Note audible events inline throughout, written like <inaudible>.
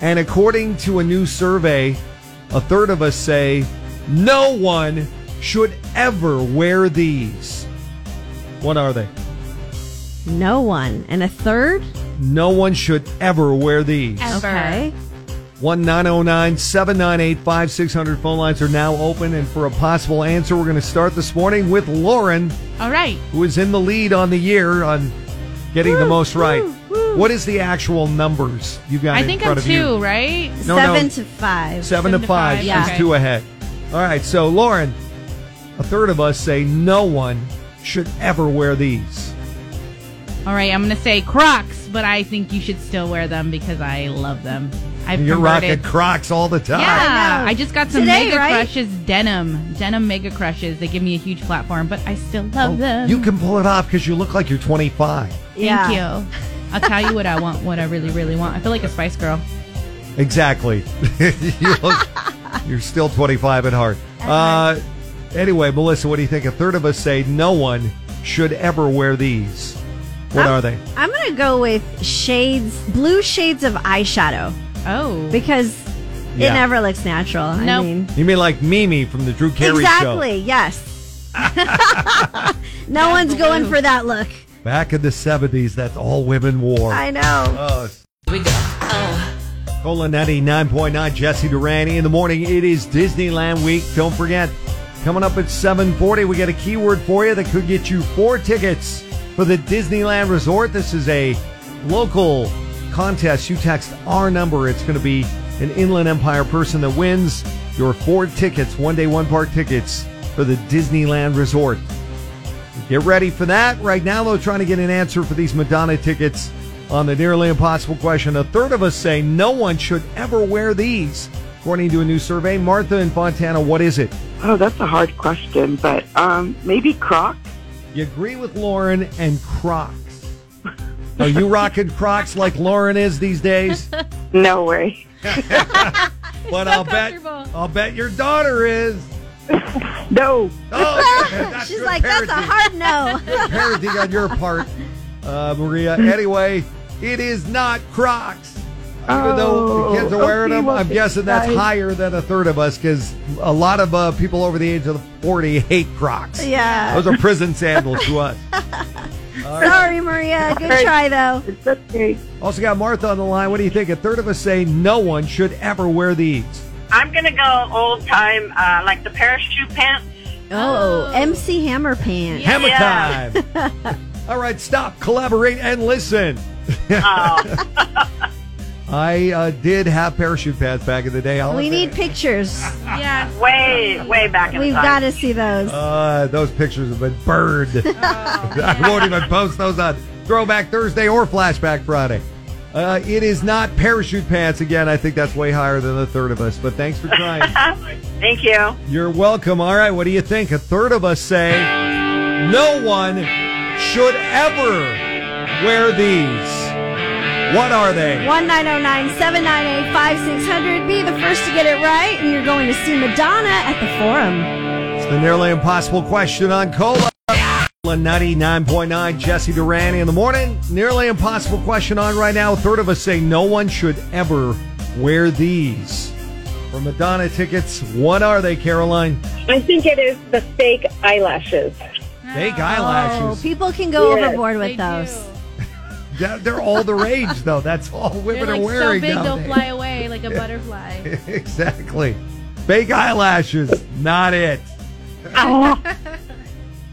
And according to a new survey, a third of us say no one should ever wear these. What are they? No one. And a third? No one should ever wear these. oh Ever. Okay. 1 909 798 5600 phone lines are now open. And for a possible answer, we're going to start this morning with Lauren, All right. who is in the lead on the year on getting the most right. What is the actual numbers you got I in think I'm front two, of you? right? No, Seven no. to five. Seven, to five. yeah. She's Okay. two ahead. All right. So, Lauren, a third of us say no one should ever wear these. All right, I'm going to say Crocs, but I think you should still wear them because I love them. I've You're rocking converted. Crocs all the time. Yeah, I I, know. just got some Today, mega right? crushes denim, denim mega crushes. They give me a huge platform, but I still love them. Oh, You can pull it off because you look like you're 25. Thank you. I'll tell you what I want, what I really, really want. I feel like a Spice Girl. Exactly. <laughs> you look, <laughs> you're still 25 at heart. Uh, anyway, Melissa, what do you think? A third of us say no one should ever wear these. What are they? I'm going to go with shades, blue shades of eyeshadow Oh, because Yeah. it never looks natural. I Nope. mean, You mean like Mimi from the Drew Carey exactly. Yes. <laughs> no one's going for that look. show? Back in the 70s, that's all women wore. I know. Oh. We go. Oh. Colanetti 9.9, Jesse Durani. In the morning, it is Disneyland week. Don't forget, coming up at 740, we got a keyword for you that could get you four tickets for the Disneyland Resort. This is a local contest. You text our number. It's going to be an Inland Empire person that wins your four tickets, one day, one park tickets for the Disneyland Resort. Get ready for that. Right now, though, trying to get an answer for these Madonna tickets on the nearly impossible question. A third of us say no one should ever wear these. According to a new survey, Martha and Fontana, what is it? Oh, that's a hard question, but um, maybe Crocs. You agree with Lauren and Crocs. Are you rocking Crocs like Lauren is these <laughs> days? No way. But I'll bet comfortable. I'll bet your daughter is. No. <laughs> Oh, that's She's good like, that's a parenting. hard no. <laughs> parenting on your part, uh, Maria. Anyway, it is not Crocs. Even though the kids are Oh, wearing okay, them, well, I'm guessing that's guys. higher than a third of us because a lot of uh, people over the age of 40 hate Crocs. Yeah. Those are prison sandals to us. Sorry, Maria. Good right. try, though. It's okay. Also got Martha on the line. What do you think? A third of us say no one should ever wear these. I'm gonna go old time, uh, like the parachute pants. Oh, MC Hammer Pants. Hammer Yeah. time. All right, stop, collaborate, and listen. <laughs> I uh, did have parachute pads back in the day. I'll We admit need it. pictures. yeah. Way, way back in We've got time. to see those. Uh, those pictures have been burned. <laughs> I won't even post those on Throwback Thursday or Flashback Friday. Uh, it is not parachute pants again. I think that's way higher than the third of us. But thanks for trying. Thank you. You're welcome. All right, what do you think? A third of us say no one should ever wear these. What are they? 1-909-798-5600. Be the first to get it right, and you're going to see Madonna at the Forum. It's the nearly impossible question on Cola. Cola 99.9, Jesse Durani in the morning. Nearly impossible question on right now. A third of us say no one should ever wear these. For Madonna tickets, what are they, Caroline? I think it is the fake eyelashes. Fake Oh, eyelashes. people can go Yes, overboard They with those. do. They're- They're all the rage, though. That's all They're women are like so wearing big they'll nowadays. fly away <laughs> like a butterfly. exactly. Fake eyelashes, not it.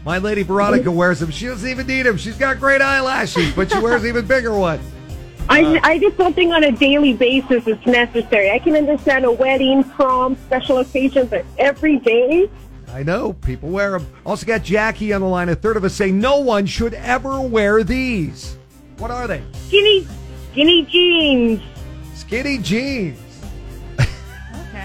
My lady Veronica wears them. She doesn't even need them. She's got great eyelashes, but she wears even bigger ones. Uh. I, I just don't think on a daily basis it's necessary. I can understand a wedding, prom, special occasions, but every day? I know people wear them. Also got Jackie on the line. A third of us say no one should ever wear these. What are they? Skinny, skinny jeans. Skinny jeans. <laughs>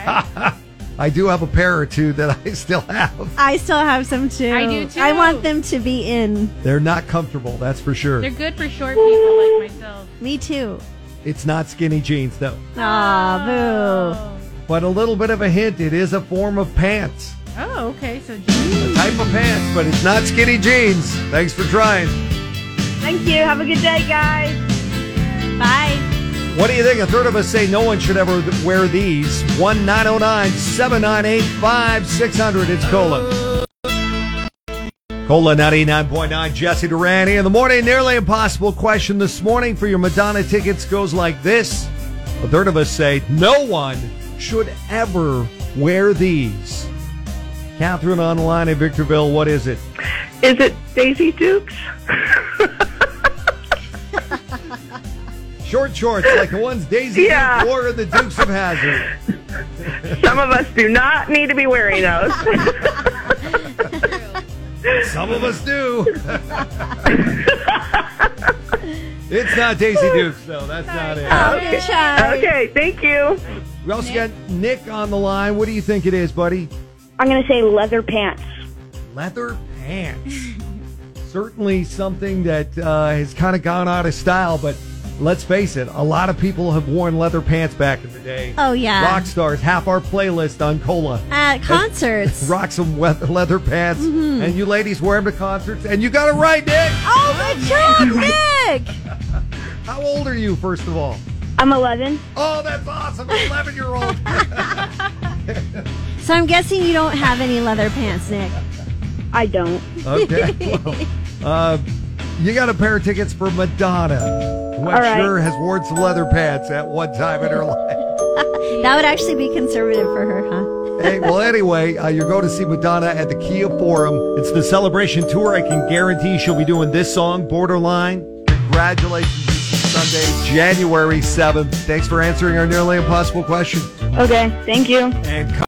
Okay. I do have a pair or two that I still have. I still have some, too. I do, too. I want them to be in. They're not comfortable, that's for sure. They're good for short people like myself. Me, too. It's not skinny jeans though. Aw, Oh, But a little bit of a hint, it is a form of pants. oh okay. So jeans. Type of pants, but it's not skinny jeans. Thanks for trying. Thank you. Have a good day, guys. boo. Bye. What do you think? A third of us say no one should ever wear these. oh 1 909 798 5600. It's Cola. Cola 99.9, Jesse Durante. In the morning, nearly impossible question this morning for your Madonna tickets goes like this. A third of us say no one should ever wear these. Catherine online in Victorville, what is it? Is it Daisy Dukes? Short shorts like the ones Daisy Yeah. Duke wore in the Dukes of Hazard. Some of us do not need to be wearing <laughs> those. Some of us do. it's not Daisy Dukes, though. That's not it. Oh, dear child. okay, thank you. We also got Nick on the line. What do you think it is, buddy? I'm going to say leather pants. Leather pants. <laughs> Certainly something that uh, has kind of gone out of style, but let's face it, a lot of people have worn leather pants back in the day. Oh, yeah. Rock stars, half our playlist on Cola. At concerts. rock some we- leather pants, and you ladies wear them to concerts, and you got it right, Nick. Mm-hmm. Oh, good job, Nick! How old are you, first of all? I'm 11. Oh, that's awesome, eleven year old. So I'm guessing you don't have any leather pants, Nick. I don't. <laughs> okay, well, uh, you got a pair of tickets for Madonna, who I'm All right. sure has worn some leather pants at one time in her life. That would actually be conservative for her, huh? hey, well, anyway, uh, you're going to see Madonna at the Kia Forum. It's the celebration tour. I can guarantee she'll be doing this song, Borderline. Congratulations. it's Sunday, January 7th. Thanks for answering our nearly impossible question. Okay, thank you. and